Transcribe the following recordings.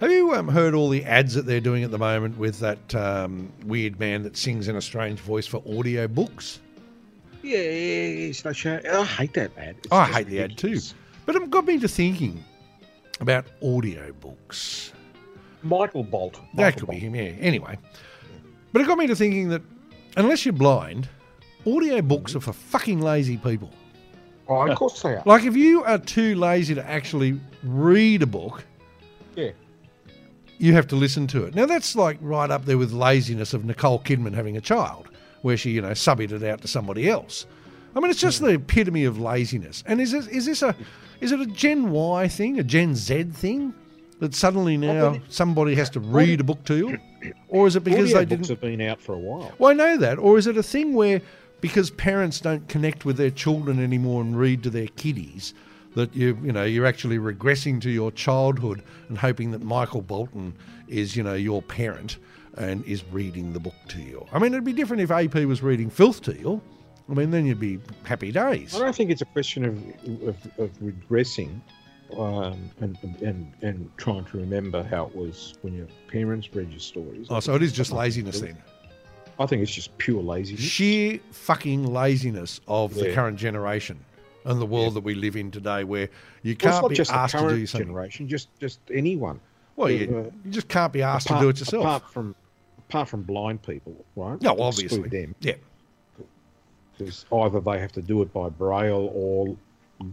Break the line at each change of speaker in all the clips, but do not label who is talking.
Have you um, heard all the ads that they're doing at the moment with that um, weird man that sings in a strange voice for audio books?
Yeah, it's like, I hate that ad. It's
Oh, I
just
hate the ad too.
ridiculous.
But it got me to thinking about audio books.
Michael Bolt.
That
Michael
could be
Bolt.
him, yeah. Anyway. But it got me to thinking that unless you're blind, audio books are for fucking lazy people.
Oh, of course they are.
Like if you are too lazy to actually read a book,
Yeah.
you have to listen to it. Now that's like right up there with laziness of Nicole Kidman having a child, where she you know subbied it out to somebody else. I mean, it's just the epitome of laziness. And is this is this a is it a Gen Y thing, a Gen Z thing, that suddenly now
well,
somebody has to read a book to you, or is it because
Audio
they didn't?
books have been out for a while.
Well, I know that, or is it a thing where because parents don't connect with their children anymore and read to their kiddies? That you you know you're actually regressing to your childhood and hoping that Michael Bolton is you know your parent and is reading the book to you. I mean, it'd be different if AP was reading filth to you. I mean, then you'd be happy days.
I don't think it's a question of of, of regressing um, and, and and trying to remember how it was when your parents read your stories.
Oh, so it is just laziness then.
I think it's just pure laziness.
sheer fucking laziness of the
Yeah.
current generation and the world that we live in today, where you
Well,
can't
it's not
be
just
asked
the
to
current
do something.
generation, just just anyone.
Well,
Yeah,
you,
right.
you just can't be asked
Apart-
to do it yourself.
Apart from apart from blind people, right?
no,
Exclude
obviously.
them
Yeah.
because either they have to do it by braille or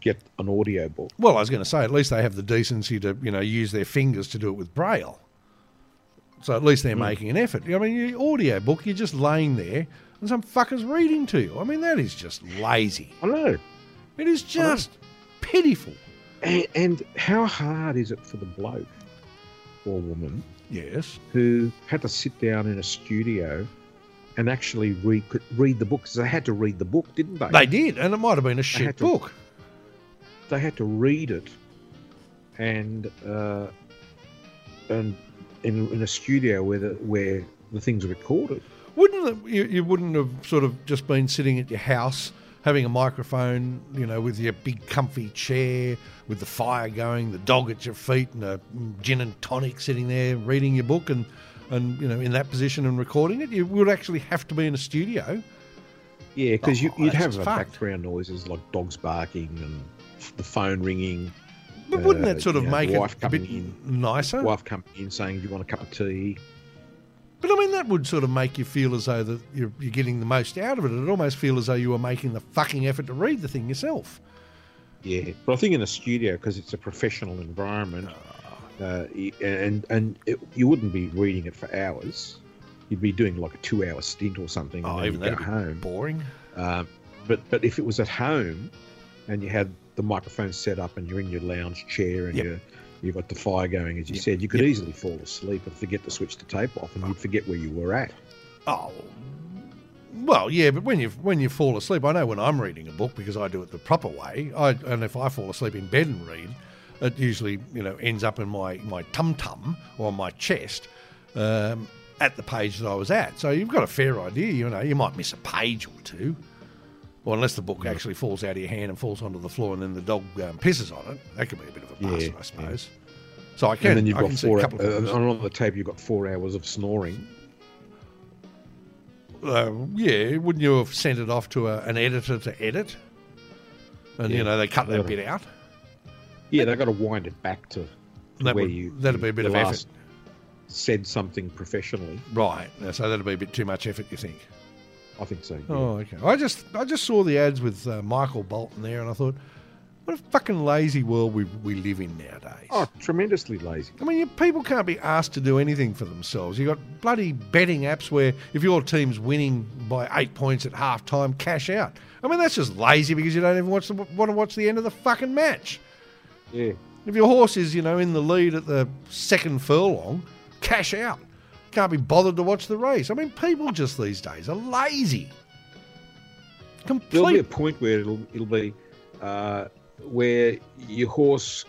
get an audio book.
Well, I was going to say, at least they have the decency to, you know, use their fingers to do it with braille. So at least they're
Hmm.
making an effort. I mean, your audio book, you're just laying there and some fucker's reading to you. I mean, that is just lazy.
I know.
It is just pitiful.
And, and how hard is it for the bloke or woman
Yes.
who had to sit down in a studio and actually read could read the book? Because they had to read the book, didn't they?
They did, and it might have been a shit
had to-
book.
They had to read it, and uh, and in, in a studio where the where the things are recorded.
Wouldn't the, you, you wouldn't have sort of just been sitting at your house having a microphone, you know, with your big comfy chair, with the fire going, the dog at your feet, and a gin and tonic sitting there reading your book and, and you know, in that position and recording it? You would actually have to be in a studio.
Yeah, because you,
Oh,
you'd
that's
have
just
uh,
fucked.
background noises like dogs barking and f- the phone ringing.
But wouldn't
Uh,
that sort of
yeah,
make it
wife
a bit
coming
nicer?
Wife coming in saying, "Do you want a cup of tea?"
But I mean, that would sort of make you feel as though that you're, you're getting the most out of it. It'd almost feel as though you were making the fucking effort to read the thing yourself.
Yeah, but I think in a studio because it's a professional environment, uh, y- and and it, you wouldn't be reading it for hours. You'd be doing like a two-hour stint or something.
Oh,
and then
even that'd
you'd go
be
home.
boring.
Um, but but if it was at home, and you had the microphone set up, and you're in your lounge chair, and
Yep.
you're You've got the fire going, as you
Yep.
said. You could
Yep.
easily fall asleep and forget to switch the tape off, and you'd forget where you were at.
Oh, well, yeah, but when you when you fall asleep, I know when I'm reading a book because I do it the proper way. I and if I fall asleep in bed and read, it usually you know ends up in my my tum tum or on my chest um, at the page that I was at. So you've got a fair idea. You know, you might miss a page or two. Well, unless the book actually falls out of your hand and falls onto the floor, and then the dog um, pisses on it, that could be a bit of a
Yeah,
bastard, I
yeah.
suppose. So I
and
can,
then you've
I
got
can see a
four.
couple
Uh,
of
and
things.
on the tape, you've got four hours of snoring.
uh, yeah, wouldn't you have sent it off to a, an editor to edit? And you
Yeah.
know they cut that
That'll-
bit out.
Yeah, they've got to wind it back to
That
where
would
you.
that'd be a bit
you
of
last
effort,
Said something professionally.
right? So that'd be a bit too much effort, you think?
I think so. yeah.
Oh, okay. I just I just saw the ads with uh, Michael Bolton there, and I thought, what a fucking lazy world we we live in nowadays.
Oh, tremendously lazy.
I mean, you, people can't be asked to do anything for themselves. You've got bloody betting apps where if your team's winning by eight points at half time, cash out. I mean, that's just lazy because you don't even watch the, want to watch the end of the fucking match.
Yeah.
If your horse is, you know, in the lead at the second furlong, cash out. Can't be bothered to watch the race. I mean, people just these days are lazy.
There'll be a
Complete.
point where it'll it'll be uh, where your horse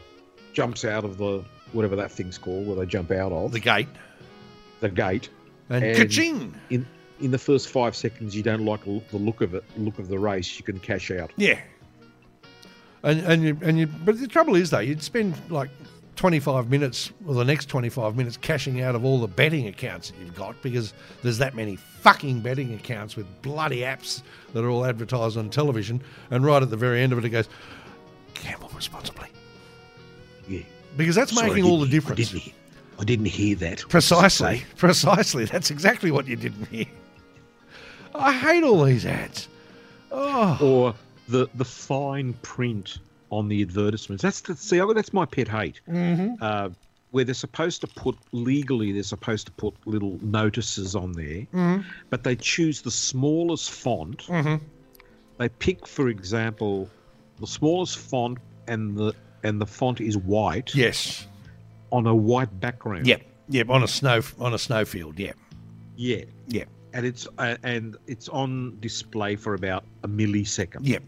jumps out of the whatever that thing's called, where they jump out of
The
the,
gate.
gate.
And,
And-
ka-ching.
In in the first five seconds, you don't like l- the look of it, look of the race. You can cash out.
Yeah. And and you and you but the trouble is though, you'd spend like 25 minutes or the next 25 minutes cashing out of all the betting accounts that you've got because there's that many fucking betting accounts with bloody apps that are all advertised on television. And right at the very end of it, it goes, gamble responsibly.
Yeah.
Because that's
Sorry, I
making all the
didn't- I
difference.
didn't, he- I didn't hear that. What does it
Precisely.
say?
Precisely. That's exactly what you did here. I hate all these ads. Oh,
Or the the fine print on the advertisements. That's the, see, I- that's my pet hate.
Mm-hmm.
Uh, where they're supposed to put legally, they're supposed to put little notices on there,
Mm-hmm.
but they choose the smallest font. They pick, for example, the smallest font, and the and the font is white
yes.
on a white background.
Yep. Yep. On a snow on a snowfield. Yep.
Yeah.
Yep.
And it's uh, and it's on display for about a millisecond.
Yep.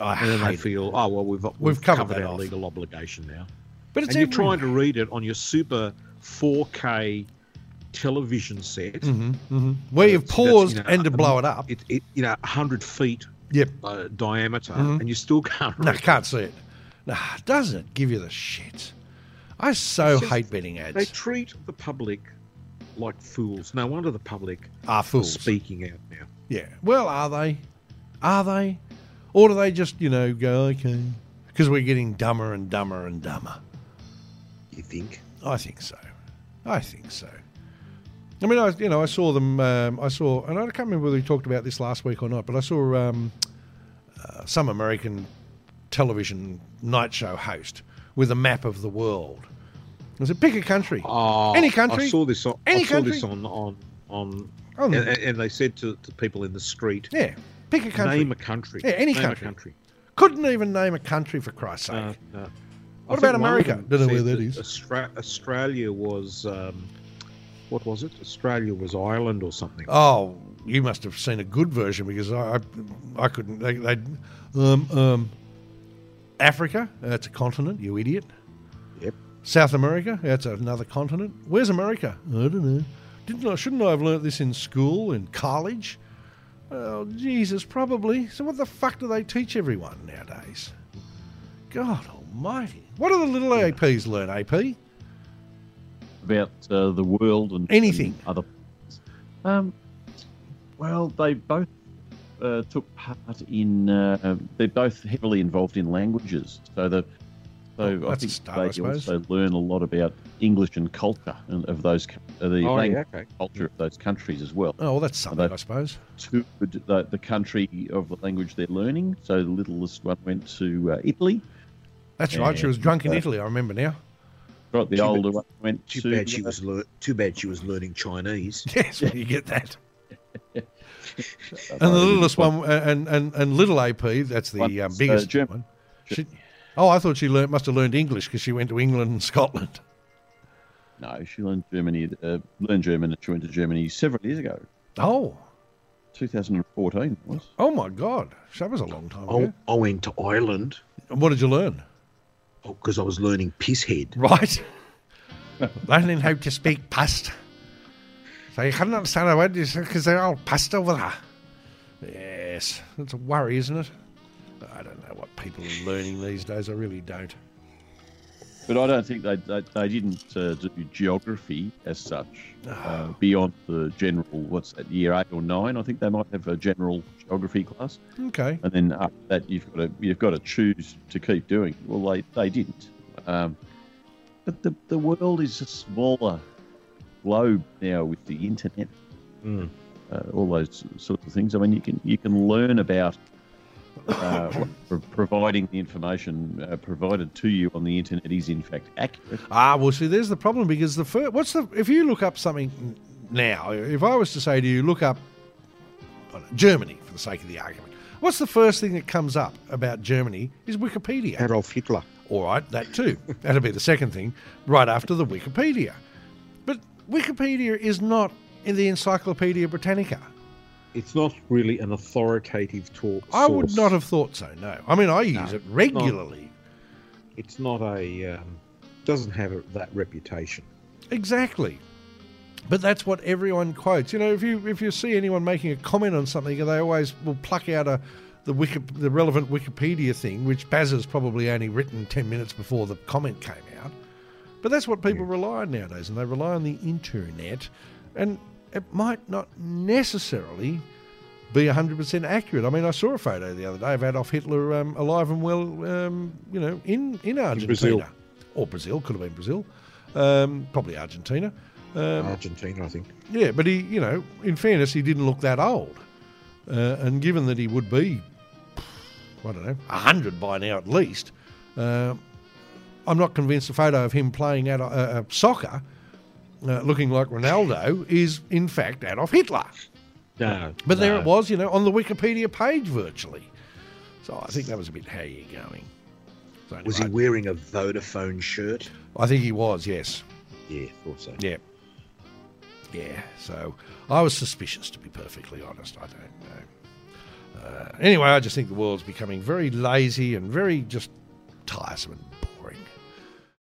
I
and then
hate
they
it.
feel, oh well, we've we've,
covered
covered,
that
our
off.
legal obligation now.
But
and
it's
you're
everywhere.
trying to read it on your super 4K television set.
Mhm, mhm. Where you've
So that's,
paused
you know,
and to
um,
blow it up.
It, it you know 100 feet
Yep.
uh, diameter,
Mhm.
and you still can't.
No,
read it.
can't see it. Nah, doesn't it give you the shit? I so
It's just-
hate betting
They
ads.
treat the public like fools. No wonder the public
Are
are
fools.
speaking out now.
Yeah. Well, are they? Are they? Or do they just, you know, go, okay? Because we're getting dumber and dumber and dumber.
You think?
I think so. I think so. I mean, I you know I saw them. Um, I saw, and I can't remember whether we talked about this last week or not, but I saw um, uh, some American television night show host with a map of the world. I said, pick a country.
Oh,
Any country?
I saw this. On,
Any
I saw
country? Hmm.
this on on on.
On
and,
the-
and they said to, to people in the street,
Oh, yeah, pick a country.
name a country.
Yeah, any
Name
country.
A country.
Couldn't even name a country for Christ's sake.
Uh, uh,
What
I think
about
one of
America?
them
Don't know where
said
that is.
Austra- Australia was, um, what was it? Australia was Ireland or something.
Oh, you must have seen a good version because I, I, I couldn't. They, they, um, um, Africa, that's a continent. You idiot.
Yep.
South America, that's another continent. Where's America? I don't know. Didn't I? Shouldn't I have learnt this in school, in college? Oh, Jesus, probably. So what the fuck do they teach everyone nowadays? God Almighty! What do the little APs learn? AP?
about uh, the world and
Anything.
and other. places. Um, well, they both uh, took part in. Uh, they're both heavily involved in languages, so the. So
Well, Oh,
I
that's a
think
start, I
they
suppose.
also learn a lot about English and culture and of those co- uh, the
oh,
language
yeah, okay.
culture of those countries as well.
Oh, well, that's something,
They-
I suppose.
To the, the country of the language they're learning. So the littlest one went to uh, Italy.
That's right. She was drunk in Italy. I remember now.
Right, the
Too bad-
older one went
Too
to
bad she
uh,
was lear- too bad she was learning Chinese.
Yes, where you get that.
uh,
And the littlest one, and, and, and little AP, that's the
One,
um,
uh,
biggest
German.
one. She, oh, I thought she learnt, must have learned English because she went to England and Scotland.
No, she learned Germany. Uh, learned German, and she went to Germany several years ago,
Oh,
2014. it Was
oh my God. That was a long time
I,
ago.
I went to Ireland
Oh, And what did you learn?
because I was learning pisshead.
Right. Learning how to speak past. So you couldn't understand a word you said because they're all past over there. Yes, that's a worry, isn't it? I don't know what people are learning these days. I really don't.
but I don't think they they, they didn't uh, do geography as such uh, beyond the general. What's that year eight or nine? I think they might have a general geography class,
Okay.
and then after that you've got to you've got to choose to keep doing. Well, they they didn't. Um, but the the world is a smaller globe now with the internet.
Mm.
uh, all those sorts of things. I mean, you can you can learn about uh, what pro- providing the information uh, provided to you on the internet is in fact accurate.
Ah, well, see, there's the problem because the first, what's the if you look up something now, if I was to say to you, look up I don't know, Germany for the sake of the argument, what's the first thing that comes up about Germany is Wikipedia.
Adolf Hitler.
All right, that too. That'll be the second thing, right after the Wikipedia. But Wikipedia is not in the Encyclopedia Britannica.
It's not really an authoritative talk.
I would not have thought so. No, I mean I use it regularly.
It's not a. Um, doesn't have a, that reputation.
Exactly. But that's what everyone quotes. You know, if you if you see anyone making a comment on something, they always will pluck out a the Wiki, the relevant Wikipedia thing, which Baz has probably only written ten minutes before the comment came out. But that's what people rely on nowadays, and they rely on the internet, and it might not necessarily be 100% accurate. I mean, I saw a photo the other day of Adolf Hitler um, alive and well, um, you know, in, in Argentina.
Brazil.
Or Brazil, could have been Brazil. Um, probably Argentina. Um,
Argentina, I think.
yeah, but he, you know, in fairness, he didn't look that old. Uh, and given that he would be, I don't know, 100 by now at least, uh, I'm not convinced the photo of him playing at, uh, uh, soccer, uh, looking like Ronaldo, is in fact Adolf Hitler.
No,
But there
no.
it was, you know, on the Wikipedia page virtually. So I think that was a bit how you're going. So
Was he
anyway,
wearing a Vodafone shirt?
I think he was, yes.
Yeah, thought so.
Yeah. Yeah. So I was suspicious, to be perfectly honest. I don't know. Uh, anyway, I just think the world's becoming very lazy and very just tiresome and boring.